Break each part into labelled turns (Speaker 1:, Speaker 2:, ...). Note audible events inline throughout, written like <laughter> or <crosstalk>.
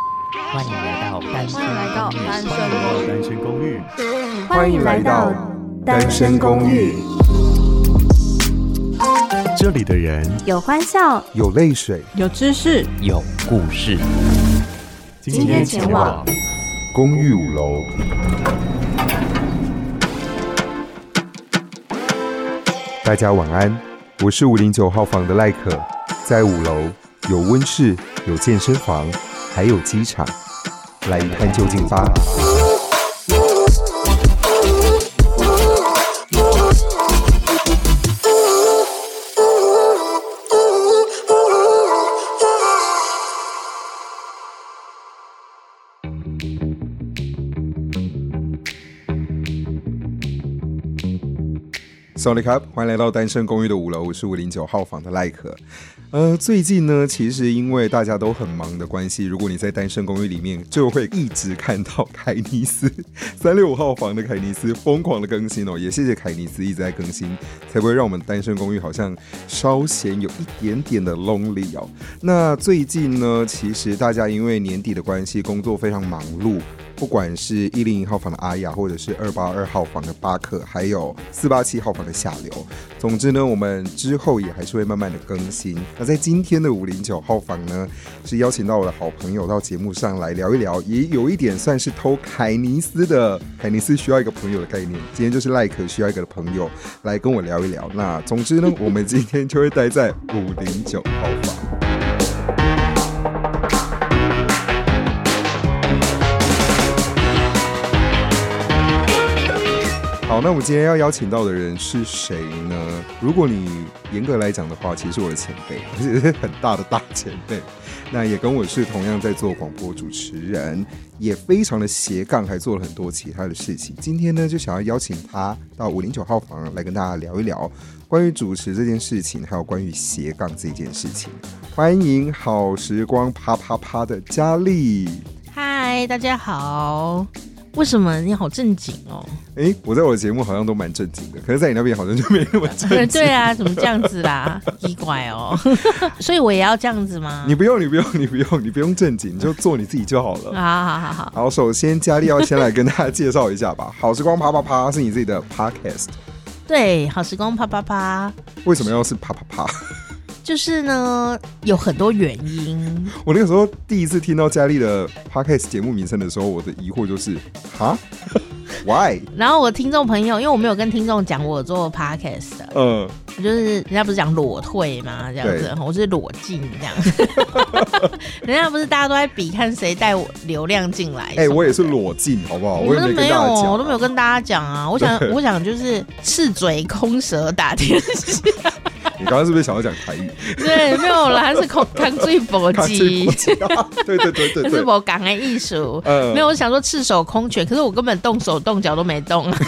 Speaker 1: 欢迎来
Speaker 2: 欢迎来到单身
Speaker 1: 到单身公
Speaker 3: 单身公寓，
Speaker 4: 欢迎来到单身公寓，
Speaker 3: 这里的人
Speaker 4: 有欢笑，
Speaker 5: 有泪水，
Speaker 1: 有知识，
Speaker 2: 有故事。
Speaker 4: 今天前往
Speaker 5: 公寓五楼。大家晚安，我是五零九号房的赖可，在五楼有温室，有健身房，还有机场，来一探究竟吧。s o r r y Cup，欢迎来到单身公寓的五楼，我是五零九号房的赖可。呃，最近呢，其实因为大家都很忙的关系，如果你在单身公寓里面，就会一直看到凯尼斯 <laughs> 三六五号房的凯尼斯疯狂的更新哦。也谢谢凯尼斯一直在更新，才不会让我们单身公寓好像稍显有一点点的 lonely 哦。那最近呢，其实大家因为年底的关系，工作非常忙碌，不管是一零一号房的阿雅，或者是二八二号房的巴克，还有四八七号房的下流。总之呢，我们之后也还是会慢慢的更新。那在今天的五零九号房呢，是邀请到我的好朋友到节目上来聊一聊，也有一点算是偷凯尼斯的凯尼斯需要一个朋友的概念。今天就是赖可需要一个朋友来跟我聊一聊。那总之呢，我们今天就会待在五零九号房。好，那我们今天要邀请到的人是谁呢？如果你严格来讲的话，其实我的前辈， <laughs> 而且是很大的大前辈。那也跟我是同样在做广播主持人，也非常的斜杠，还做了很多其他的事情。今天呢，就想要邀请他到五零九号房来跟大家聊一聊关于主持这件事情，还有关于斜杠这件事情。欢迎好时光啪啪啪的佳丽。
Speaker 6: 嗨，大家好。为什么你好正经哦？
Speaker 5: 诶，我在我的节目好像都蛮正经的，可是在你那边好像就没那么正经。
Speaker 6: 对啊，怎么这样子啦？ <laughs> 奇怪
Speaker 5: <laughs>
Speaker 6: 哦。所以我也要这样子吗？
Speaker 5: 你不用，你不用，你不用，你不用正经，你就做你自己就好了。
Speaker 6: 好好好好，
Speaker 5: 好，首先佳丽要先来跟大家介绍一下吧。好时光啪啪啪是你自己的 podcast，
Speaker 6: 对，好时光啪啪啪，
Speaker 5: 为什么要是啪啪啪？ <laughs>
Speaker 6: 就是呢有很多原因，
Speaker 5: 我那个时候第一次听到佳丽的 podcast 节目名称的时候，我的疑惑就是哈 w h
Speaker 6: <laughs>
Speaker 5: y
Speaker 6: 然后我听众朋友，因为我没有跟听众讲我做 podcast 的，
Speaker 5: 嗯、
Speaker 6: 我就是人家不是讲裸退嘛，这样子，我是裸进这样。 <laughs> 人家不是大家都在比看谁带我流量进来？
Speaker 5: 哎、我也是。裸进，好不好？
Speaker 6: 你
Speaker 5: 我也
Speaker 6: 们
Speaker 5: 跟
Speaker 6: 都没有
Speaker 5: 大家
Speaker 6: 哦，
Speaker 5: 讲，啊
Speaker 6: 我都没有。跟大家讲啊！我想，我想就是赤嘴空舌打天下，
Speaker 5: 你刚刚是不是想要讲台语？
Speaker 6: <laughs> 对，没有啦，是空看最搏
Speaker 5: 看这
Speaker 6: 击
Speaker 5: 部，剧
Speaker 6: <laughs>
Speaker 5: 啊对对对对
Speaker 6: 这是
Speaker 5: 对，
Speaker 6: 我港的艺术。
Speaker 5: 呃
Speaker 6: 没有，我想说赤手空拳，可是我根本动手动脚都没动，
Speaker 5: 哎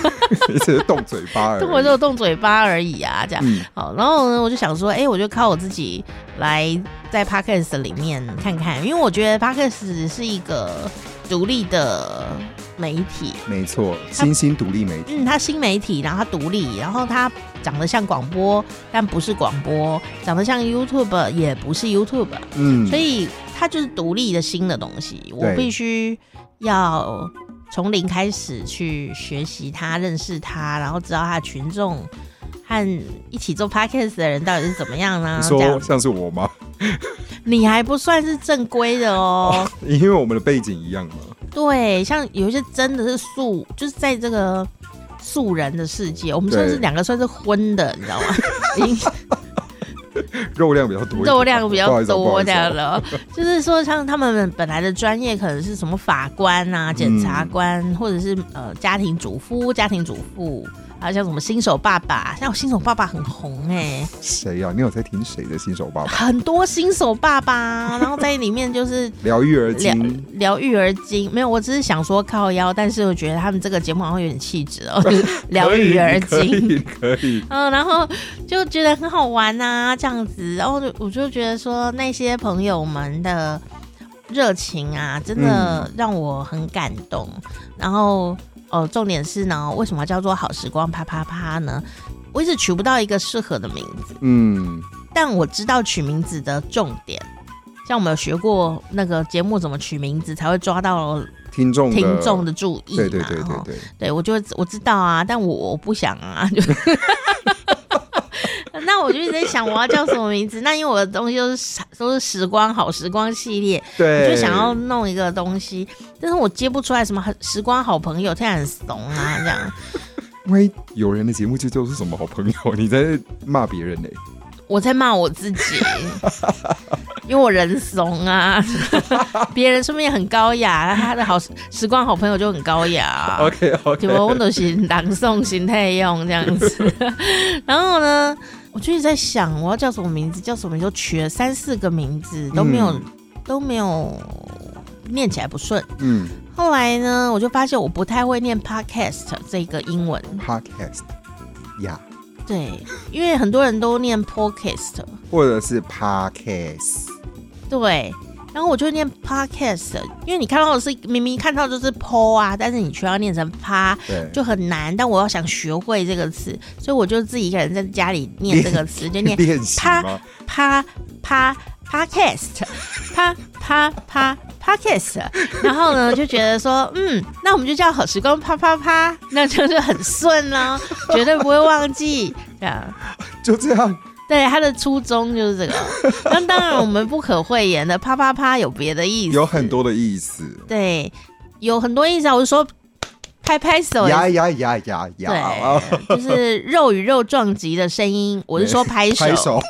Speaker 5: 你只是动嘴巴而已。
Speaker 6: 我就 <laughs> 动嘴巴而已啊，这样。
Speaker 5: 嗯，
Speaker 6: 好，然后呢，我就想说，哎、我就靠我自己来在 podcast 里面看看，因为我觉得 podcast 是一个独立的媒体，
Speaker 5: 没错，新兴独立媒体。
Speaker 6: 嗯，它新媒体，然后它独立，然后它长得像广播，但不是广播；长得像 YouTube，也不是 YouTube，
Speaker 5: 嗯，
Speaker 6: 所以它就是独立的新的东西。我
Speaker 5: 对
Speaker 6: 必须要从零开始去学习它、认识它，然后知道它的群众和一起做 Podcast 的人到底是怎么样呢、
Speaker 5: 你
Speaker 6: 这
Speaker 5: 说
Speaker 6: 样，
Speaker 5: 像是我吗？ <laughs>
Speaker 6: 你还不算是正规的
Speaker 5: <laughs>
Speaker 6: 哦。 <laughs>
Speaker 5: 因为我们的背景一样嘛。
Speaker 6: 对，像有一些真的是素，就是在这个素人的世界，我们算是
Speaker 5: 对
Speaker 6: 两个算是荤的，你知
Speaker 5: <laughs>
Speaker 6: 道吗？已经
Speaker 5: 肉量比较多一点，
Speaker 6: 肉量比
Speaker 5: 不好
Speaker 6: 较
Speaker 5: 意思不好
Speaker 6: 多
Speaker 5: 意思
Speaker 6: 这样了。 <laughs> 就是说，像他们本来的专业可能是什么法官啊、检
Speaker 5: 嗯
Speaker 6: 察官，或者是呃家庭主夫、家庭主妇。还有像什么新手爸爸，像我新手爸爸很红哎、
Speaker 5: 谁啊呀、你有在听谁的新手爸爸？
Speaker 6: 很多新手爸爸，然后在里面就是
Speaker 5: 聊育儿
Speaker 6: 聊
Speaker 5: 经，
Speaker 6: 聊育儿经，没有，我只是想说靠腰，但是我觉得他们这个节目好像有点气质
Speaker 5: <laughs>
Speaker 6: 哦，聊育儿
Speaker 5: 可
Speaker 6: 经。
Speaker 5: 以可以可以，
Speaker 6: 嗯，然后就觉得很好玩啊，这样子，然后就我就觉得说那些朋友们的热情啊，真的
Speaker 5: 嗯
Speaker 6: 让我很感动。然后，呃，重点是呢，为什么叫做好时光啪啪啪呢？我一直取不到一个适合的名字，
Speaker 5: 嗯，
Speaker 6: 但我知道取名字的重点，像我们有学过那个节目怎么取名字，才会抓到
Speaker 5: 听众
Speaker 6: 听众的注意嘛。
Speaker 5: 对
Speaker 6: 啊
Speaker 5: 对对对
Speaker 6: 齁
Speaker 5: 对，
Speaker 6: 对我就会我知道啊，但我我不想啊，就。 <laughs> 那我就一直在想我要叫什么名字。那因为我的东西都是时都是时光好时光系列，我
Speaker 5: 对，
Speaker 6: 哦就想要弄一个东西，但是我接不出来什么很时光好朋友，听起来很怂啊，这样。
Speaker 5: 因为有人的节目就叫做什么好朋友， <laughs> 你在骂别人呢、
Speaker 6: 我在骂我自
Speaker 5: <laughs>
Speaker 6: 己，因为我人怂啊。 <laughs> 别人说不定很高雅，他的好时光好朋友就很高雅、啊
Speaker 5: OK
Speaker 6: 对哦
Speaker 5: OK，
Speaker 6: 吧？我都是朗诵形态用这样子。然后呢，我就一直在想我要叫什么名字，叫什么名字，就取了三四个名字都没有、
Speaker 5: 嗯
Speaker 6: 都没有念起来不顺。
Speaker 5: 嗯
Speaker 6: 后来呢，我就发现我不太会念 podcast 这个英文，
Speaker 5: ，Podcast 呀、
Speaker 6: 对，因为很多人都念 podcast，
Speaker 5: 或者是 Podcast，
Speaker 6: 对。然后我就念 podcast，因为你看到的是明明看到就是 po 啊，但是你却要念成趴，
Speaker 5: 对，
Speaker 6: 就很难。但我要想学会这个词，所以我就自己一个人在家里念这个词，就念
Speaker 5: <laughs> 练习
Speaker 6: 啪
Speaker 5: 吗？
Speaker 6: 啪啪 podcast，啪啪啪 podcast。然后呢，就觉得说，嗯，那我们就叫好时光啪啪啪，那就是很顺呢、绝对不会忘记。这样，
Speaker 5: 就这样，
Speaker 6: 对他的初衷就是这个。那当然，我们不可讳言的啪啪啪有别的意思，
Speaker 5: 有很多的意思。
Speaker 6: 对，有很多意思啊。我就说拍拍手也
Speaker 5: 呀呀呀呀呀！啊 <laughs>
Speaker 6: 对，就是肉与肉撞击的声音。我是说拍手，
Speaker 5: 拍手。 <laughs>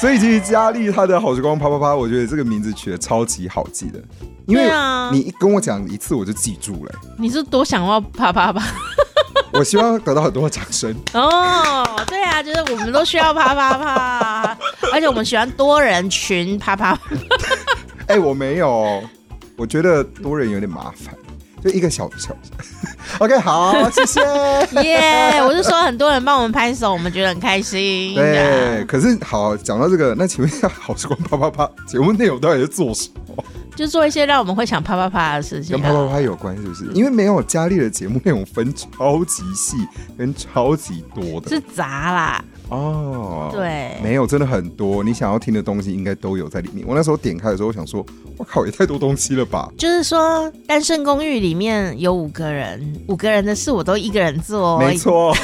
Speaker 5: 所以其实佳丽她的好时光啪啪啪，我觉得这个名字取得超级好记的，因为
Speaker 6: 对啊
Speaker 5: 你一跟我讲一次我就记住了、
Speaker 6: 你是多想要啪啪啪？
Speaker 5: 我希望得到很多的掌声。
Speaker 6: <laughs> 哦，对啊，就是我们都需要啪啪啪，而且我们喜欢多人群啪啪。 <laughs>
Speaker 5: 哎、我没有，我觉得多人有点麻烦，就一个小小。OK，好，谢
Speaker 6: <laughs>
Speaker 5: 谢。
Speaker 6: 耶、我是说很多人帮我们拍手，我们觉得很开心。
Speaker 5: 对，可是好，讲到这个，那请问一下，好时光啪啪啪节目内容到底是做什么？
Speaker 6: 就做一些让我们会想啪啪啪的事情、
Speaker 5: 跟
Speaker 6: 啊。
Speaker 5: 啪啪啪有关是不是？因为没有佳丽的节目内容分超级细跟超级多的
Speaker 6: 是杂啦，
Speaker 5: 哦，，
Speaker 6: 对，
Speaker 5: 没有真的很多，你想要听的东西应该都有在里面。我那时候点开的时候，我想说，我靠，也太多东西了吧？
Speaker 6: 就是说《单身公寓》里面有五个人，五个人的事我都一个人做、哦，
Speaker 5: 没错，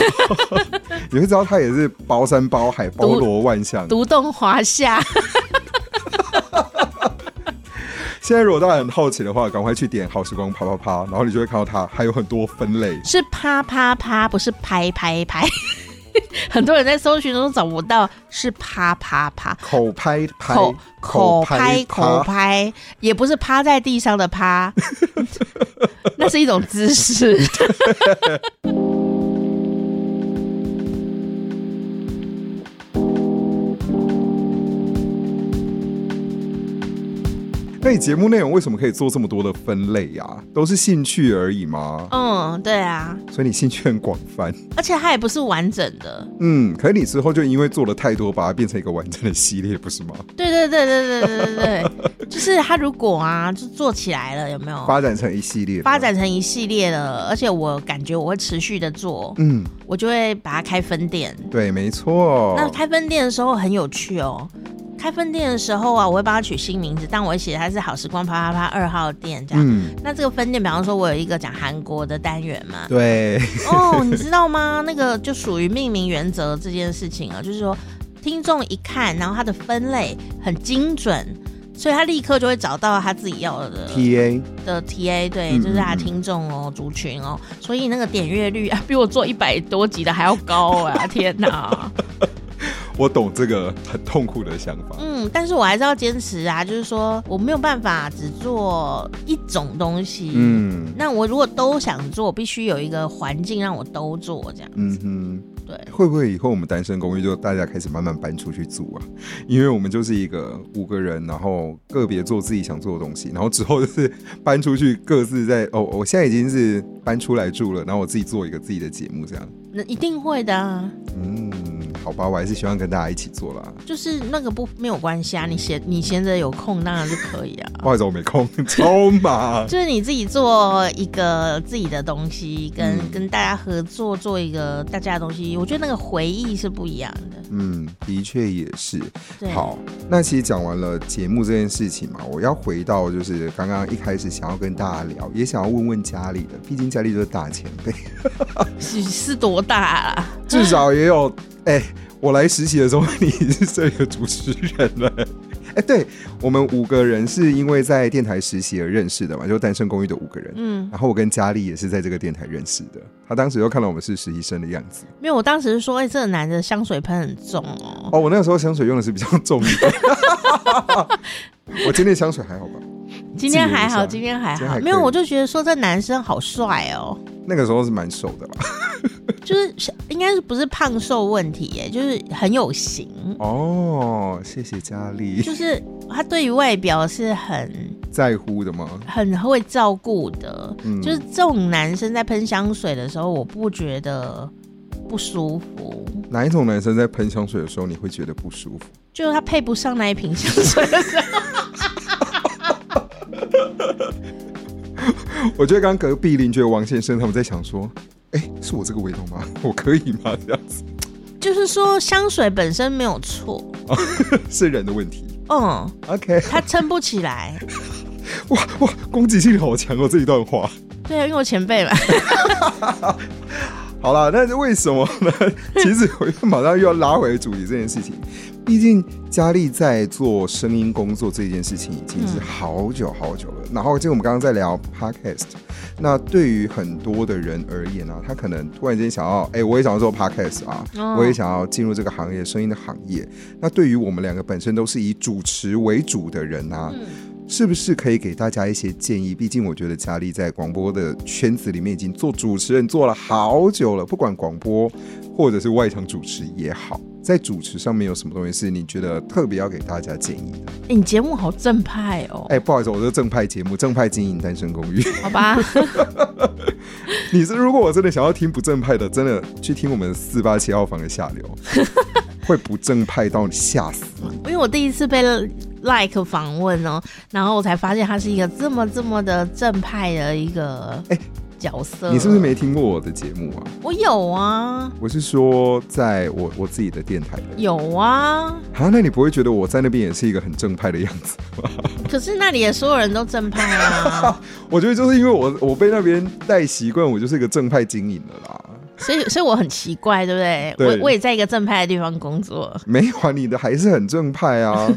Speaker 5: <laughs> 你会知道他也是包山包海、包罗万象。
Speaker 6: 独栋华夏。
Speaker 5: 现在如果大家很好奇的话，赶快去点好时光啪啪啪，然后你就会看到它还有很多分类。
Speaker 6: 是啪啪啪，不是拍拍拍。 <laughs> 很多人在搜寻中找不到，是啪啪啪，
Speaker 5: 口拍拍
Speaker 6: <laughs> 口口拍
Speaker 5: 拍
Speaker 6: 口
Speaker 5: 啪
Speaker 6: 拍，也不是趴在地上的趴， <laughs> 那是一种
Speaker 5: <laughs>
Speaker 6: 姿势。
Speaker 5: 那你节目内容为什么可以做这么多的分类呀、都是兴趣而已吗？
Speaker 6: 嗯，对啊，
Speaker 5: 所以你兴趣很广泛，
Speaker 6: 而且它也不是完整的。
Speaker 5: 嗯，可是你之后就因为做了太多，把它变成一个完整的系列，不是吗？
Speaker 6: 对对对对对对对对，
Speaker 5: <laughs>
Speaker 6: 就是它如果啊，就做起来了，有没有？
Speaker 5: 发展成一系列，
Speaker 6: 哦发，展成一系列了，而且我感觉我会持续的做，
Speaker 5: 嗯，
Speaker 6: 我就会把它开分店。
Speaker 5: 对，没错，
Speaker 6: 那开分店的时候很有趣哦。开分店的时候啊，我会帮他取新名字，但我会写它是好时光啪啪啪二号店这样。
Speaker 5: 嗯，，
Speaker 6: 那这个分店，比方说，我有一个讲韩国的单元嘛
Speaker 5: <laughs> 对，
Speaker 6: 哦，你知道吗？那个就属于命名原则这件事情啊，就是说听众一看，然后他的分类很精准，所以他立刻就会找到他自己要的
Speaker 5: TA
Speaker 6: 的 TA，对，
Speaker 5: 嗯
Speaker 6: 就是他
Speaker 5: 嗯
Speaker 6: 的
Speaker 5: 嗯
Speaker 6: 听众哦、族群哦，所以那个点阅率啊，比我做一百多集的还要高啊！ <laughs> 天哪！
Speaker 5: 我懂这个很痛苦的想法，
Speaker 6: 嗯，但是我还是要坚持啊，就是说我没有办法只做一种东西。嗯，
Speaker 5: 嗯
Speaker 6: 那我如果都想做，必须有一个环境让我都做这样。
Speaker 5: 嗯哼。
Speaker 6: 对，
Speaker 5: 会不会以后我们单身公寓就大家开始慢慢搬出去住啊？ <laughs> 因为我们就是一个五个人，然后个别做自己想做的东西，然后之后就是搬出去各自在哦， <laughs> 我现在已经是搬出来住了，然后我自己做一个自己的节目这样。
Speaker 6: 那一定会的啊。
Speaker 5: 嗯，好吧，我还是希望跟大家一起做啦。
Speaker 6: 就是那个不没有关系啊，你闲你闲着有空当然就可以啊。
Speaker 5: 不好意思，我没空， <laughs> 超忙。
Speaker 6: 就是你自己做一个自己的东西，跟、
Speaker 5: 嗯
Speaker 6: 跟大家合作做一个大家的东西，我觉得那个回忆是不一样的。
Speaker 5: 嗯，的确也是。
Speaker 6: 对，
Speaker 5: 好，那其实讲完了节目这件事情嘛，我要回到就是刚刚一开始想要跟大家聊，也想要问问家里的，毕竟家里就是大前辈，
Speaker 6: <laughs> 是是多大啊？
Speaker 5: 至少也有哎、我来实习的时候你已经是这个主持人了。哎，对我们五个人是因为在电台实习而认识的嘛，就是单身公寓的五个人。
Speaker 6: 嗯，
Speaker 5: 然后我跟佳丽也是在这个电台认识的，她当时就看到我们是实习生的样子。
Speaker 6: 没有，我当时是说，哎、这个男的香水喷很重哦。
Speaker 5: 哦，我那个时候香水用的是比较重一点。 <laughs> 我今天香水还好吧？
Speaker 6: 今天还好，
Speaker 5: 记
Speaker 6: 今
Speaker 5: 录一下
Speaker 6: 天还
Speaker 5: 今天
Speaker 6: 好，
Speaker 5: 还可以
Speaker 6: 没有，我就觉得说这男生好帅哦，
Speaker 5: 那个时候是蛮瘦的啦。
Speaker 6: 就是应该是不是胖瘦问题耶，就是很
Speaker 5: <laughs>
Speaker 6: 有型，
Speaker 5: 哦，谢谢佳丽，
Speaker 6: 就是他对于外表是很
Speaker 5: 在乎的吗？
Speaker 6: 很会照顾的，
Speaker 5: 嗯
Speaker 6: 就是这种男生在喷香水的时候，我不觉得不舒服，
Speaker 5: 哪一种男生在喷香水的时候你会觉得不舒服？
Speaker 6: 就是他配不上那一瓶香水的时候， <laughs>
Speaker 5: 我觉得刚刚隔壁邻居的王先生他们在想说，哎、是我这个味道吗？ <laughs> 我可以吗？这样子
Speaker 6: 就是说香水本身没有错，
Speaker 5: 是人的问题。
Speaker 6: 嗯，
Speaker 5: OK，
Speaker 6: 他撑不起来，
Speaker 5: 哇哇，攻击性好强哦！这一段话。
Speaker 6: 对啊，因为我前辈
Speaker 5: <laughs>
Speaker 6: 嘛，
Speaker 5: 好了，那是为什么呢？其实我又马上又要拉回主题这件事情。毕竟佳丽在做声音工作这件事情已经是好久好久了。然后，就我们刚刚在聊 podcast，那对于很多的人而言啊，他可能突然间想要，哎、我也想要做 podcast 啊，
Speaker 6: 哦
Speaker 5: 我也想要进入这个行业，声音的行业。那对于我们两个本身都是以主持为主的人啊，是不是可以给大家一些建议？毕竟我觉得佳丽在广播的圈子里面已经做主持人做了好久了，不管广播或者是外场主持也好，在主持上面有什么东西是你觉得特别要给大家建议的？
Speaker 6: 欸你节目好正派哦，
Speaker 5: 哎、不好意思，我是正派节目《正派经营单身公寓》
Speaker 6: 好吧，
Speaker 5: 你是如果我真的想要听不正派的，真的去听我们四八七号房的下流， <laughs> 会不正派到你吓死你。
Speaker 6: 因为我第一次被 like 访问哦，然后我才发现他是一个这么这么的正派的一个
Speaker 5: 哎
Speaker 6: 角色，
Speaker 5: 你是不是没听过我的节目啊？
Speaker 6: 我有啊，
Speaker 5: 我是说，在我我自己的电台的。
Speaker 6: 有啊。
Speaker 5: 啊，那你不会觉得我在那边也是一个很正派的样子？ <laughs>
Speaker 6: 可是那里的所有人都正派
Speaker 5: <laughs>
Speaker 6: 啊，
Speaker 5: 我觉得就是因为我我被那边带习惯，我就是一个正派经营的啦。
Speaker 6: 所以所以我很奇怪，对不对？
Speaker 5: 对
Speaker 6: 我我也在一个正派的地方工作。
Speaker 5: 没有啊，你的还是很正派啊。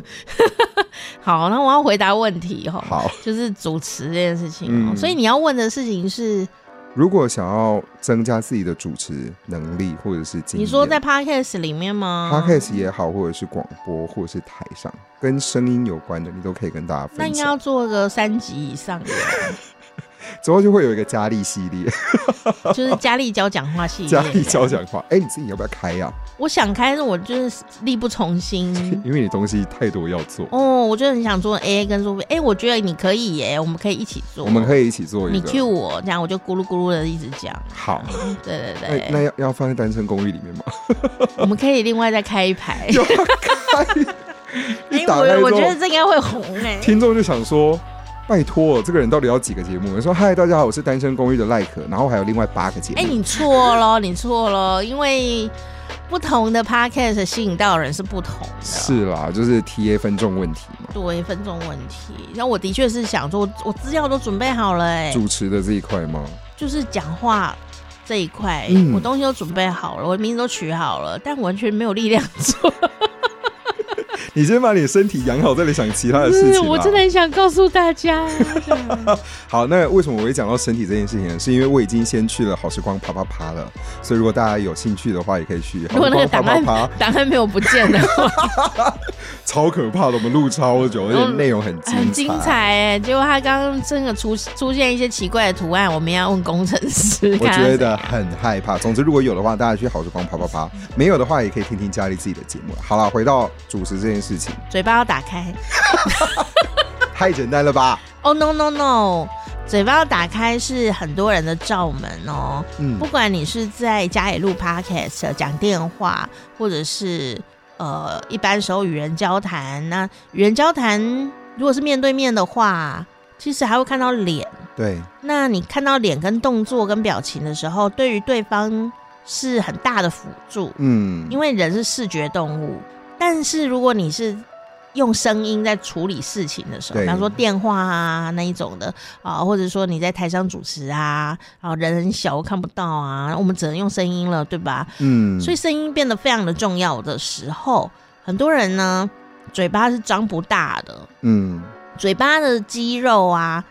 Speaker 6: 好，那我要回答问题哈、
Speaker 5: 好，
Speaker 6: 就是主持这件事情、哦
Speaker 5: 嗯
Speaker 6: 所以你要问的事情是，
Speaker 5: 如果想要增加自己的主持能力或者是经
Speaker 6: 你
Speaker 5: 验，
Speaker 6: 说在 podcast 里面吗
Speaker 5: podcast 也好，或者是广播，或者是台上跟声音有关的，你都可以跟大家
Speaker 6: 那
Speaker 5: 分
Speaker 6: 应该要
Speaker 5: 享。
Speaker 6: 做个三级以上
Speaker 5: <laughs>
Speaker 6: 的，
Speaker 5: 之后就会有一个佳丽系列， <laughs>
Speaker 6: 就是佳丽教讲话系列。
Speaker 5: 佳丽教讲话。哎、你自己要不要开呀、。
Speaker 6: 我想开，我就是力不从心
Speaker 5: 因为你东西太多要做，
Speaker 6: 哦，我就很想做 A 跟做 B，哎、我觉得你可以耶，我们可以一起做。
Speaker 5: 我们
Speaker 6: 以，
Speaker 5: 可以一起做一
Speaker 6: 你 Q
Speaker 5: 个。
Speaker 6: 我，这样我就咕噜咕噜的一直讲。
Speaker 5: 好，
Speaker 6: 对对
Speaker 5: 哎那
Speaker 6: 对，
Speaker 5: 那要要放在单身公寓里面吗？
Speaker 6: 我们可以另外再开一排。哎
Speaker 5: 要开，
Speaker 6: <laughs>
Speaker 5: 一打开
Speaker 6: 我我
Speaker 5: 之
Speaker 6: 觉得
Speaker 5: 后，
Speaker 6: 这应该会红哎、
Speaker 5: 听众就想说。拜托，这个人到底要几个节目？我说嗨，大家好，我是单身公寓的赖可，然后还有另外八个节目。
Speaker 6: 哎、你错了，你错了，因为不同的 podcast 吸引到的人是不同的。。
Speaker 5: 是啦，就是 T A 分众问题嘛，
Speaker 6: 对分众问题，然后我的确是想说，我我资料都准备好了、哎，
Speaker 5: 主持的这一块吗？
Speaker 6: 就是讲话这一块，
Speaker 5: 嗯
Speaker 6: 我东西都准备好了，我名字都取好了，但完全没有力量
Speaker 5: <laughs>
Speaker 6: 做。
Speaker 5: 你先把你的身体养好，再来想其他的事情。啊
Speaker 6: 我真的。很想告诉大家，
Speaker 5: <laughs> 好，那为什么我会讲到身体这件事情呢？是因为我已经先去了好时光啪啪啪了，所以如果大家有兴趣的话，也可以去好
Speaker 6: <laughs> 如果
Speaker 5: 时
Speaker 6: 那个
Speaker 5: 光啪
Speaker 6: 档
Speaker 5: 啪
Speaker 6: 案
Speaker 5: 啪，
Speaker 6: 档案没有不见的
Speaker 5: <laughs>
Speaker 6: 话，
Speaker 5: 超可怕的，我们录超久，而且内容很精彩。
Speaker 6: <laughs> 很精彩哎、结果他刚刚真的出出现一些奇怪的图案，我们要问工程师。
Speaker 5: <laughs> 我
Speaker 6: 看他
Speaker 5: 觉
Speaker 6: 是
Speaker 5: 得很害怕。总之，如果有的话，大家去好时光啪啪啪；没有的话，也可以听听家里自己的节目了。好了，回到主持这件事情，
Speaker 6: 嘴巴要打开。
Speaker 5: 太简单了吧？
Speaker 6: 哦、no no no，嘴巴要打开是很多人的罩门哦。
Speaker 5: 嗯
Speaker 6: 不管你是在家里录 podcast、讲电话，或者是呃一般时候与人交谈，那与人交谈如果是面对面的话，其实还会看到脸。
Speaker 5: 对，
Speaker 6: 那你看到脸跟动作跟表情的时候，对于对方是很大的辅助，
Speaker 5: 嗯，
Speaker 6: 因为人是视觉动物。但是如果你是用声音在处理事情的时候，
Speaker 5: 对
Speaker 6: 比方说电话啊那一种的啊、或者说你在台上主持啊，啊人很小我看不到啊，我们只能用声音了，对吧？
Speaker 5: 嗯，
Speaker 6: 所以声音变得非常的重要的时候，很多人呢嘴巴是张不大的，
Speaker 5: 嗯，
Speaker 6: 嘴巴的肌肉啊，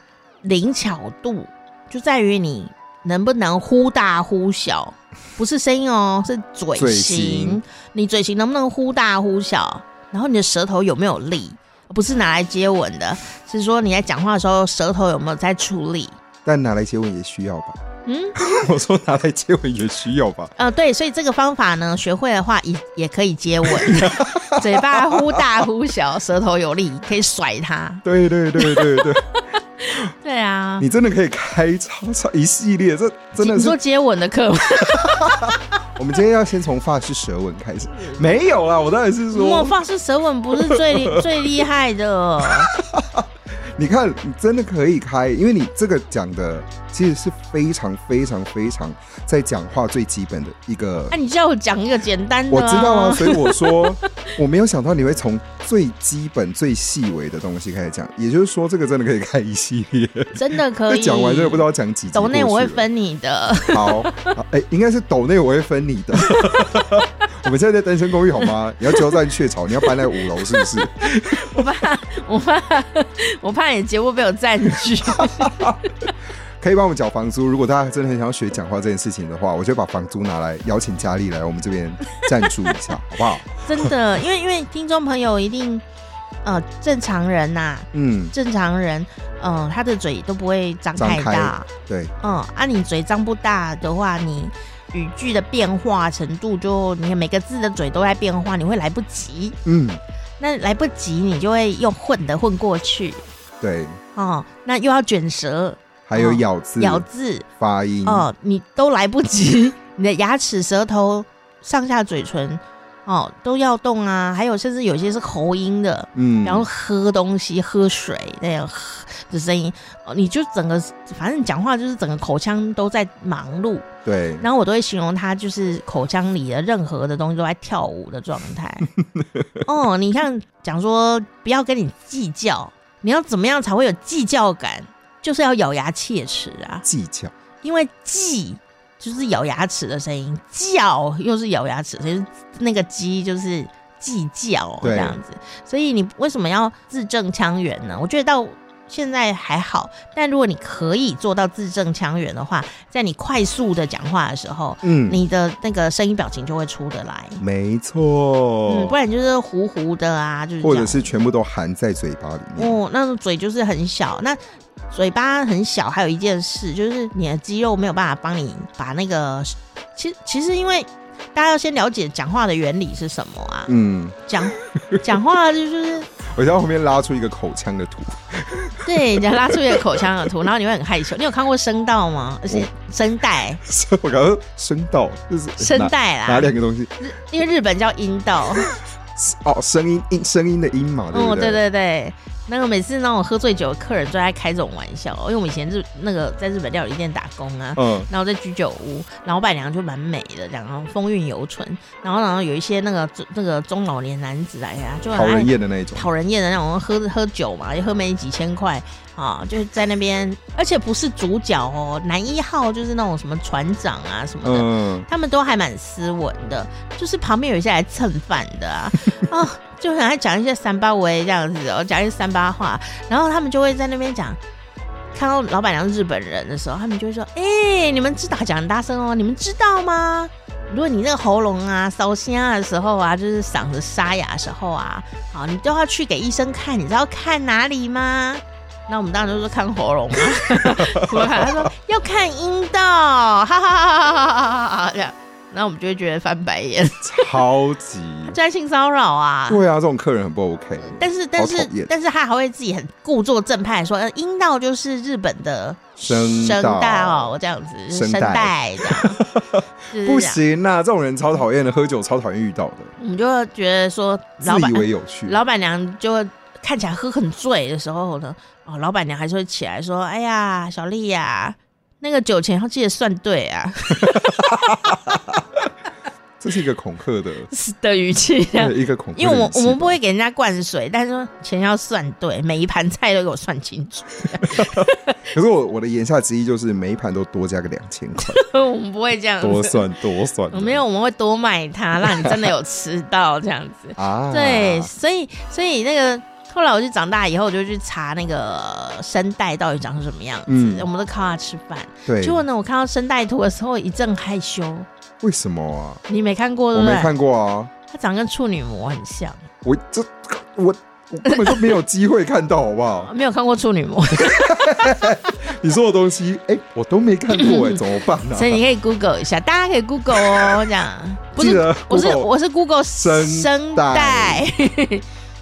Speaker 6: 灵巧度就在于你能不能忽大忽小，不是声音哦，是嘴型。
Speaker 5: 嘴型
Speaker 6: 你嘴型能不能忽大忽小？然后你的舌头有没有力？不是拿来接吻的，是说你在讲话的时候舌头有没有在出力？
Speaker 5: 但拿来接吻也需要吧？
Speaker 6: 嗯，
Speaker 5: <laughs> 我说拿来接吻也需要吧？
Speaker 6: 呃，对，所以这个方法呢，学会的话也也可以
Speaker 5: <laughs>
Speaker 6: 接吻，嘴巴忽大忽小，舌头有力，可以甩它。
Speaker 5: 对对对对对， <laughs>
Speaker 6: 对啊，
Speaker 5: 你真的可以开超超一系列，这真的
Speaker 6: 你
Speaker 5: 是
Speaker 6: 说接吻的课吗？
Speaker 5: 我们今天要先从发式舌吻开始，没有啦，我当然是
Speaker 6: 我
Speaker 5: 说，
Speaker 6: 发式舌吻不是最厉最厉害
Speaker 5: <laughs>
Speaker 6: 的，啊
Speaker 5: 你看，你真的可以开，因为你这个讲的其实是非常非常非常在讲话最基本的一个
Speaker 6: 那、，你叫我讲一个简单的、
Speaker 5: 我知道啊，，所以我说 <laughs> 我没有想到你会从最基本最细微的东西开始讲，也就是说，这个真的可以开一系列，
Speaker 6: 真的可以。
Speaker 5: 讲完这个不知道讲几集过
Speaker 6: 抖
Speaker 5: 去了，
Speaker 6: 内我会分你的， <laughs>
Speaker 5: 好，好哎、应该是抖内我会分你的。 <laughs> 我们现在在单身公寓好吗？你要鸠占鹊巢，你要搬来五楼是不是？
Speaker 6: 我怕 <laughs> 我怕我怕你的节目被我占据。
Speaker 5: <laughs> 可以帮我们缴房租。如果大家真的很想要学讲话这件事情的话，我就把房租拿来邀请佳丽来我们这边赞助一下，好不好？
Speaker 6: 真的，因为因为听众朋友一定呃正常人呐、
Speaker 5: 嗯，
Speaker 6: 正常人嗯、呃他的嘴都不会张
Speaker 5: 张
Speaker 6: 太
Speaker 5: 开
Speaker 6: 大，
Speaker 5: 对，
Speaker 6: 嗯，啊你嘴张不大的话，你语句的变化程度就你每个字的嘴都在变化，你会来不及。
Speaker 5: 嗯，
Speaker 6: 那来不及，你就会用混的混过去
Speaker 5: 对，
Speaker 6: 哦。那又要卷舌、
Speaker 5: 还有咬字、
Speaker 6: 咬字
Speaker 5: 发音，
Speaker 6: 嗯哦，你都来不及， <laughs> 你的牙齿、舌头、上下嘴唇哦都要动啊。还有甚至有些是喉音的，
Speaker 5: 嗯，
Speaker 6: 然后喝东西、喝水那样 <laughs> 喝的声音，哦，你就整个反正讲话就是整个口腔都在忙碌。
Speaker 5: 对，
Speaker 6: 然后我都会形容它就是口腔里的任何的东西都在跳舞的状态。 <laughs> 哦，你像讲说不要跟你计较，你要怎么样才会有计较感？就是要咬牙切齿啊，
Speaker 5: 技巧，
Speaker 6: 因为计就是咬牙齿的声音，叫又是咬牙齿的声音，就是那个鸡就是计较
Speaker 5: 对
Speaker 6: 这样子。所以你为什么要字正腔圆呢？我觉得到现在还好，但如果你可以做到字正腔圆的话，在你快速的讲话的时候，
Speaker 5: 嗯，
Speaker 6: 你的那个声音表情就会出得来。
Speaker 5: 没错，
Speaker 6: 嗯，不然就是糊糊的啊，就是这
Speaker 5: 哦或
Speaker 6: 样
Speaker 5: 者是全部都含在嘴巴里面，
Speaker 6: 哦，那嘴就是很小，那嘴巴很小，还有一件事就是你的肌肉没有办法帮你把那个，其其实因为大家要先了解讲话的原理是什么啊，
Speaker 5: 嗯，
Speaker 6: 讲讲话就是
Speaker 5: 我在后面拉出一个口腔的图，
Speaker 6: 对，人家拉出一个口腔的图，然后你会很害羞。你有看过声道吗？而
Speaker 5: 哦
Speaker 6: 且声带，
Speaker 5: 所以我刚刚声道就是
Speaker 6: 声
Speaker 5: 哪
Speaker 6: 带啦，
Speaker 5: 哪两个东西？
Speaker 6: 因为日本叫阴道。
Speaker 5: 哦，声音音声音的音嘛，对不
Speaker 6: 嗯，对
Speaker 5: 对
Speaker 6: 对对，那个每次那种喝醉酒的客人最爱开这种玩笑，因为我们以前日那个在日本料理店打工啊，
Speaker 5: 嗯，
Speaker 6: 然后在居酒屋，老板娘就蛮美的，然后风韵犹存，然后然后有一些那个那个中老年男子来呀、就
Speaker 5: 讨
Speaker 6: 很爱
Speaker 5: 人厌的那一种，
Speaker 6: 哎讨人厌的那种，喝喝酒嘛，也喝没几千块啊，就在那边，而且不是主角哦，男一号就是那种什么船长啊什么的，
Speaker 5: 嗯，
Speaker 6: 他们都还蛮斯文的，就是旁边有一些来蹭饭的啊，啊，就很爱讲一些三八维这样子哦，讲一些三八话，然后他们就会在那边讲。看到老板娘是日本人的时候，他们就会说：“哎、你们知道讲很大声哦，你们知道吗？如果你那个喉咙啊、烧心啊的时候啊，就是嗓子沙哑的时候啊，好，你都要去给医生看，你知道看哪里吗？”那我们当然就是看喉咙嘛。啊我看他说要看阴道，哈哈哈哈哈哈哈哈哈！这样，那我们就会觉得翻白眼，
Speaker 5: 超级。
Speaker 6: 就在性骚扰啊。
Speaker 5: 对啊，这种客人很不 OK。
Speaker 6: 但是但
Speaker 5: 好
Speaker 6: 是
Speaker 5: 讨厌
Speaker 6: 但是他还会自己很故作正派地说，呃，阴道就是日本的
Speaker 5: 声
Speaker 6: 声
Speaker 5: 道
Speaker 6: 道这样子，
Speaker 5: 声
Speaker 6: 声带这样，就是
Speaker 5: 不
Speaker 6: 这样，
Speaker 5: 行啊，这种人超讨厌的，喝酒超讨厌遇到的，
Speaker 6: 我们就会觉得说老
Speaker 5: 自
Speaker 6: 板
Speaker 5: 以为有趣。
Speaker 6: 老板娘就会看起来喝很醉的时候呢，哦，老板娘还是会起来说：“哎呀，小丽呀、那个酒钱要记得算对啊。
Speaker 5: 这是一个恐吓的，”
Speaker 6: 是的语气这样
Speaker 5: 对，一个恐吓的语气。
Speaker 6: 因为我们我们不会给人家灌水，但是说钱要算对，每一盘菜都给我算清楚。 <laughs>
Speaker 5: 可是我我的言下之意就是，每一盘都多加个两千
Speaker 6: <laughs>
Speaker 5: 块，
Speaker 6: 我们不会这样
Speaker 5: 多
Speaker 6: 子，
Speaker 5: 算多算。
Speaker 6: 没有，我们会多买它，让你真的有吃到这样
Speaker 5: <laughs>
Speaker 6: 子。
Speaker 5: 啊，
Speaker 6: 对，所以所以那个后来我就长大以后，我就去查那个声带到底长什么样子，
Speaker 5: 嗯
Speaker 6: 我们都靠它吃饭。
Speaker 5: 对，
Speaker 6: 结果呢，我看到声带图的时候一阵害羞。
Speaker 5: 为什么啊？
Speaker 6: 你没看过对
Speaker 5: 我
Speaker 6: 不
Speaker 5: 没
Speaker 6: 对？
Speaker 5: 看过啊，
Speaker 6: 它长得跟处女膜很像，
Speaker 5: 我这我我根本就没有机会看到，好不好？
Speaker 6: 没有看过处女膜，
Speaker 5: 你说的东西，哎、我都没看过、
Speaker 6: <laughs>
Speaker 5: 哎，怎么办 <laughs> 呢、
Speaker 6: 所以你可以 Google 一下，大家可以 Google
Speaker 5: <laughs>
Speaker 6: 哦，这样不
Speaker 5: 记
Speaker 6: 是。
Speaker 5: 得
Speaker 6: 我是
Speaker 5: Google
Speaker 6: 我是 Google
Speaker 5: 声
Speaker 6: 声
Speaker 5: 带
Speaker 6: 带，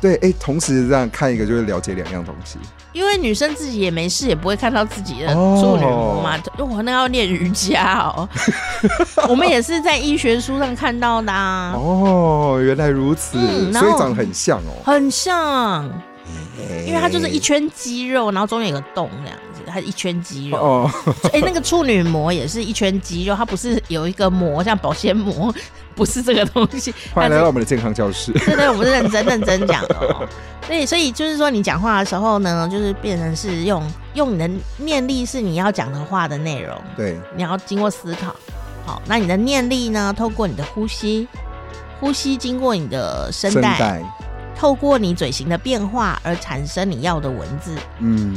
Speaker 5: 对，哎、同时这样看一个就会了解两样东西，
Speaker 6: <laughs> 因为女生自己也没事，也不会看到自己的
Speaker 5: 哦
Speaker 6: 处女膜嘛。我那要练瑜伽
Speaker 5: <laughs>
Speaker 6: 哦，我们也是在医学书上看到的啊，
Speaker 5: 哦，原来如此，
Speaker 6: 嗯然
Speaker 5: 所
Speaker 6: 后
Speaker 5: 以长得很像哦，
Speaker 6: 很像，因为它就是一圈肌肉，然后中间有个洞这样子，它是一圈肌肉。
Speaker 5: 哦，
Speaker 6: <laughs>
Speaker 5: <laughs>
Speaker 6: 哎、那个处女膜也是一圈肌肉，它不是有一个膜像保鲜膜，不是这个东
Speaker 5: <laughs>
Speaker 6: 西。
Speaker 5: 欢迎来到
Speaker 6: 它是
Speaker 5: 我们的健康教室。
Speaker 6: <laughs> 对对，我们是认真认真讲的哦。对，所以就是说，你讲话的时候呢，就是变成是用用你的念力是你要讲的话的内容，
Speaker 5: 对，
Speaker 6: 你要经过思考。好，那你的念力呢，透过你的呼吸，呼吸经过你的声
Speaker 5: 声
Speaker 6: 带，
Speaker 5: 带，
Speaker 6: 透过你嘴型的变化而产生你要的文字。
Speaker 5: 嗯，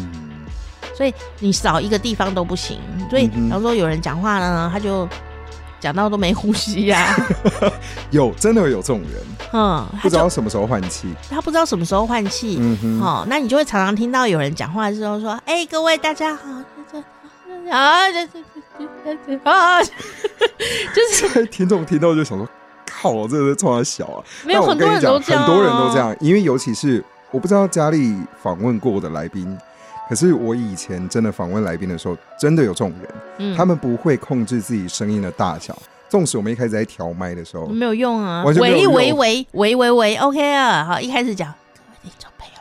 Speaker 6: 所以你少一个地方都不行。所以，
Speaker 5: 嗯哼
Speaker 6: 比方说有人讲话呢，他就讲到都没呼吸
Speaker 5: <laughs>
Speaker 6: 呀、
Speaker 5: 有真的有这种人，
Speaker 6: 嗯，
Speaker 5: 不
Speaker 6: 他
Speaker 5: 知道
Speaker 6: 就
Speaker 5: 什么时候换气。
Speaker 6: 他不知道什么时候换气，
Speaker 5: 嗯哼，
Speaker 6: 哦，那你就会常常听到有人讲话的时候说：“哎、各位大家好。”啊，这这这这这啊，
Speaker 5: <laughs>
Speaker 6: <laughs> 就是
Speaker 5: <laughs> 听众听到就想说，靠，这是冲他小啊！
Speaker 6: 没有
Speaker 5: 但我
Speaker 6: 很多
Speaker 5: 跟你
Speaker 6: 人都
Speaker 5: 讲，
Speaker 6: 这样、啊
Speaker 5: 很多人都这。样，因为尤其是我不知道家里访问过我的来宾，可是我以前真的访问来宾的时候，真的有这种人，
Speaker 6: 嗯
Speaker 5: 他们不会控制自己声音的大小，纵使我们一开始在调麦的时候，
Speaker 6: 没有用啊，
Speaker 5: 完全没有
Speaker 6: 喂
Speaker 5: 用
Speaker 6: 喂喂喂喂喂，OK 啊，好，一开始讲各位听众朋友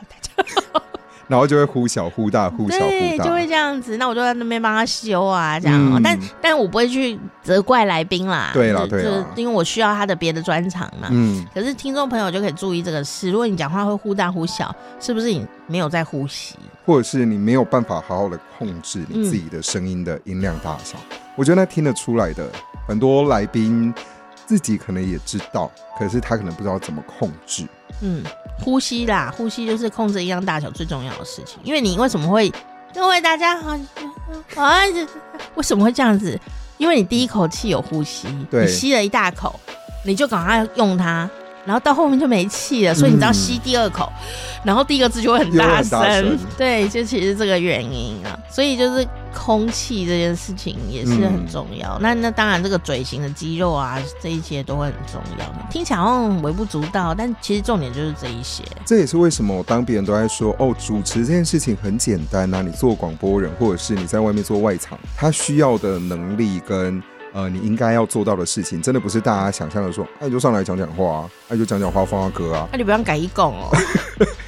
Speaker 6: 大家
Speaker 5: 然后就会忽小忽大，忽小
Speaker 6: 对，
Speaker 5: 忽
Speaker 6: 就会
Speaker 5: 大。
Speaker 6: 这样子。那我就在那边帮他修啊，这样哦。
Speaker 5: 嗯
Speaker 6: 但但我不会去责怪来宾啦，
Speaker 5: 对啦
Speaker 6: 就
Speaker 5: 对啦
Speaker 6: 就是因为我需要他的别的专长嘛。
Speaker 5: 嗯，
Speaker 6: 可是听众朋友就可以注意这个事，如果你讲话会忽大忽小，是不是你没有在呼吸？
Speaker 5: 或者是你没有办法好好的控制你自己的声音的音量大小，我觉得那听得出来的，很多来宾自己可能也知道，可是他可能不知道怎么控制。
Speaker 6: 嗯，呼吸啦，呼吸就是控制音量大小最重要的事情。因为你为什么会各位大家好啊？为什么会这样子？因为你第一口气有呼吸，
Speaker 5: 对
Speaker 6: 你吸了一大口，你就赶快用它，然后到后面就没气了，所以你只要吸第二口，然后第一个字就会很大
Speaker 5: 又会很大声
Speaker 6: 对，就其实这个原因啊，所以就是空气这件事情也是很重要。那那当然，这个嘴型的肌肉啊，这一些都会很重要。听起来好像微不足道，但其实重点就是这一些。
Speaker 5: 这也是为什么我当别人都在说哦，主持这件事情很简单呐、你做广播人或者是你在外面做外场，他需要的能力跟呃你应该要做到的事情，真的不是大家想象的说，哎那、你就上来讲讲话啊，那、你就讲讲话放放歌啊。
Speaker 6: 那、你不要改一拱哦， <laughs>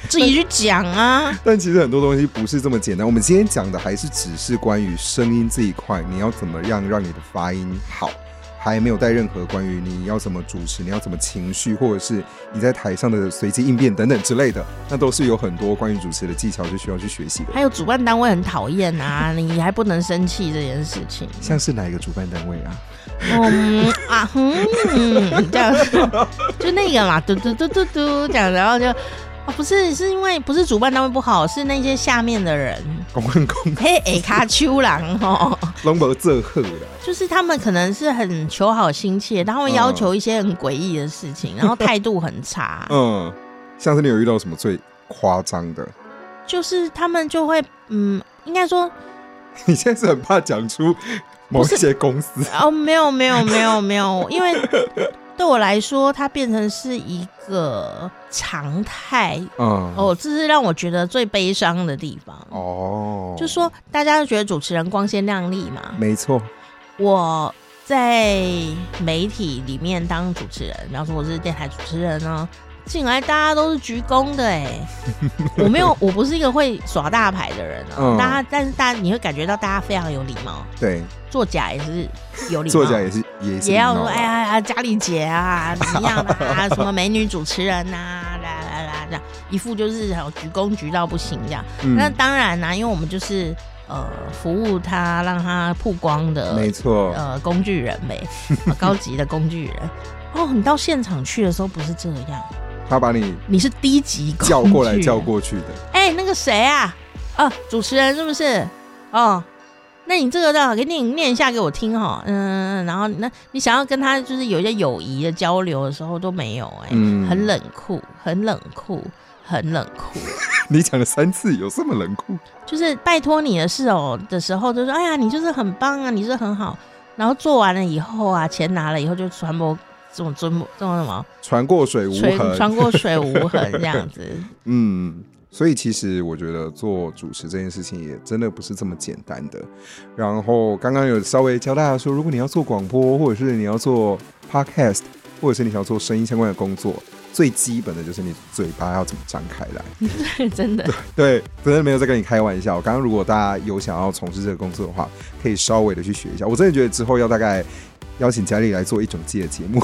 Speaker 6: 自己去讲啊。
Speaker 5: 但其实很多东西不是这么简单。我们今天讲的还是只是关于声音这一块，你要怎么样让你的发音好，还没有带任何关于你要怎么主持、你要怎么情绪，或者是你在台上的随机应变等等之类的，那都是有很多关于主持的技巧是需要去学习 <laughs> 的。
Speaker 6: 还有主办单位很讨厌啊，你还不能生气这件事情。
Speaker 5: 像是哪一个主办单位 <laughs> 啊？
Speaker 6: 嗯啊哼，嗯这样子，就那个嘛，嘟嘟嘟嘟嘟这样，然后就啊不是，是因为不是主办单位不好，是那些下面的人，
Speaker 5: 公关公
Speaker 6: <laughs> 嘿，哎卡丘郎哦，
Speaker 5: 龙博这贺啦，
Speaker 6: <laughs> 就是他们可能是很求好心切，他们要求一些很诡异的事情，然后态度很
Speaker 5: <laughs>
Speaker 6: 差，
Speaker 5: 嗯，像是你有遇到什么最夸张的？
Speaker 6: 就是他们就会嗯，应该说
Speaker 5: 你现在是很怕讲出某一
Speaker 6: 是
Speaker 5: 些公司，
Speaker 6: 哦，没有没有没有没有，因为对我来说，它变成是一个常态
Speaker 5: 嗯，
Speaker 6: 哦，这是让我觉得最悲伤的地方。
Speaker 5: 哦，
Speaker 6: 就说大家都觉得主持人光鲜亮丽嘛，
Speaker 5: 没错，
Speaker 6: 我在媒体里面当主持人，比方说我是电台主持人呢、进来大家都是鞠躬的哎、 <laughs> 我没有，我不是一个会耍大牌的人啊。
Speaker 5: 嗯
Speaker 6: 大家，但是大家你会感觉到大家非常有礼貌，
Speaker 5: 对，
Speaker 6: 作假也是有礼貌，
Speaker 5: 作家也是也是
Speaker 6: 也要
Speaker 5: 礼貌
Speaker 6: 说
Speaker 5: 啊
Speaker 6: 哎呀哎呀，佳丽姐啊，怎么样
Speaker 5: <laughs>
Speaker 6: 啊？什么美女主持人呐、啊，啦啦啦，这样一副就是好鞠躬鞠到不行这样。
Speaker 5: 嗯
Speaker 6: 那当然啦、因为我们就是呃服务他，让他曝光的
Speaker 5: 没错，
Speaker 6: 呃工具人呗，
Speaker 5: <laughs>
Speaker 6: 呃高级的工具人。哦，你到现场去的时候不是这样，
Speaker 5: 他把你
Speaker 6: 你是低级工具
Speaker 5: 叫过来
Speaker 6: 人
Speaker 5: 叫。过去的，
Speaker 6: 哎、那个谁啊？哦、主持人是不是？哦，那你这个让给你念一下给我听哈、嗯，然后那你想要跟他就是有一些友谊的交流的时候都没有、哎、
Speaker 5: 嗯
Speaker 6: 很冷酷，很冷酷，很冷酷。
Speaker 5: 你讲了三次，有这么冷酷？
Speaker 6: 就是拜托你的事哦的时候，就说哎呀，你就是很棒啊，你就是很好。然后做完了以后啊，钱拿了以后就传播这种尊这种什么
Speaker 5: 船过水无
Speaker 6: 水
Speaker 5: 痕，
Speaker 6: 穿过水无痕这样子。
Speaker 5: <laughs> 嗯，所以其实我觉得做主持这件事情也真的不是这么简单的。然后刚刚有稍微教大家说，如果你要做广播，或者是你要做 podcast，或者是你想要做声音相关的工作，最基本的就是你嘴巴要怎么张开来。
Speaker 6: 真的，
Speaker 5: 对，真的没有在跟你开玩笑。刚刚如果大家有想要从事这个工作的话，可以稍微的去学一下。我真的觉得之后要大概邀请佳丽来做一整季的节目。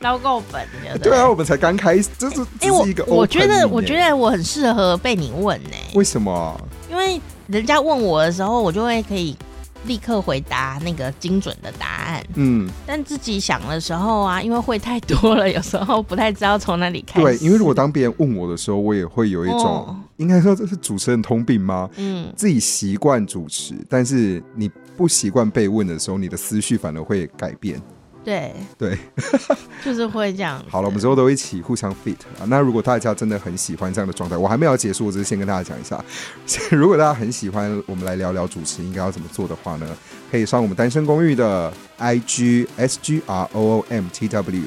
Speaker 6: 捞够本的。
Speaker 5: 对啊，我们才刚开始，这是
Speaker 6: 哎、
Speaker 5: 这
Speaker 6: 我
Speaker 5: 是一个 opening 耶、
Speaker 6: 我觉得我觉得我很适合被你问呢、
Speaker 5: 为什么啊？
Speaker 6: 因为人家问我的时候，我就会可以立刻回答那个精准的答案。
Speaker 5: 嗯。
Speaker 6: 但自己想的时候啊，因为会太多了，有时候不太知道从哪里开始。
Speaker 5: 对，因为如果当别人问我的时候，我也会有一种，
Speaker 6: 哦
Speaker 5: 应该说这是主持人通病吗？
Speaker 6: 嗯，
Speaker 5: 自己习惯主持，但是你不习惯被问的时候，你的思绪反而会改变。
Speaker 6: 对
Speaker 5: 对，
Speaker 6: <laughs> 就是会这样。
Speaker 5: 好了，我们之后都一起互相 fit 啊。那如果大家真的很喜欢这样的状态，我还没有结束，我只是先跟大家讲一下。 <laughs> 如果大家很喜欢我们来聊聊主持应该要怎么做的话呢，可以上我们单身公寓的 IG S G R O O M T W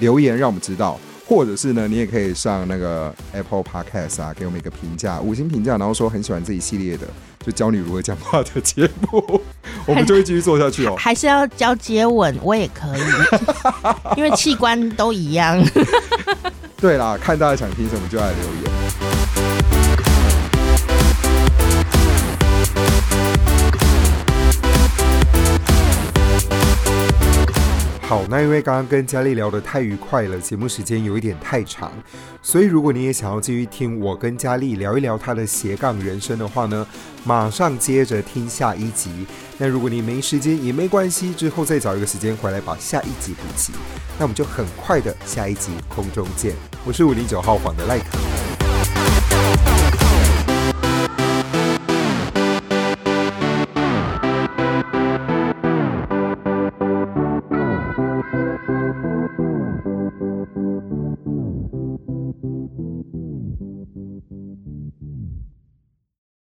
Speaker 5: 留言让我们知道。或者是呢，你也可以上那个 Apple Podcast 啊，给我们一个评价，五星评价，然后说很喜欢这一系列的，就教你如何讲话的节目， <laughs> 我们就会继续做下去哦。
Speaker 6: 还是要教接吻，我也可以， <laughs> 因为器官都一样。
Speaker 5: <laughs> 对啦，看大家想听什么就来留言。
Speaker 3: 好，那因为刚刚跟佳丽聊得太愉快了，节目时间有一点太长，所以如果你也想要继续听我跟佳丽聊一聊她的斜杠人生的话呢，马上接着听下一集。那如果你没时间也没关系，之后再找一个时间回来把下一集补齐。那我们就很快的下一集空中见。我是五零九号房的赖可。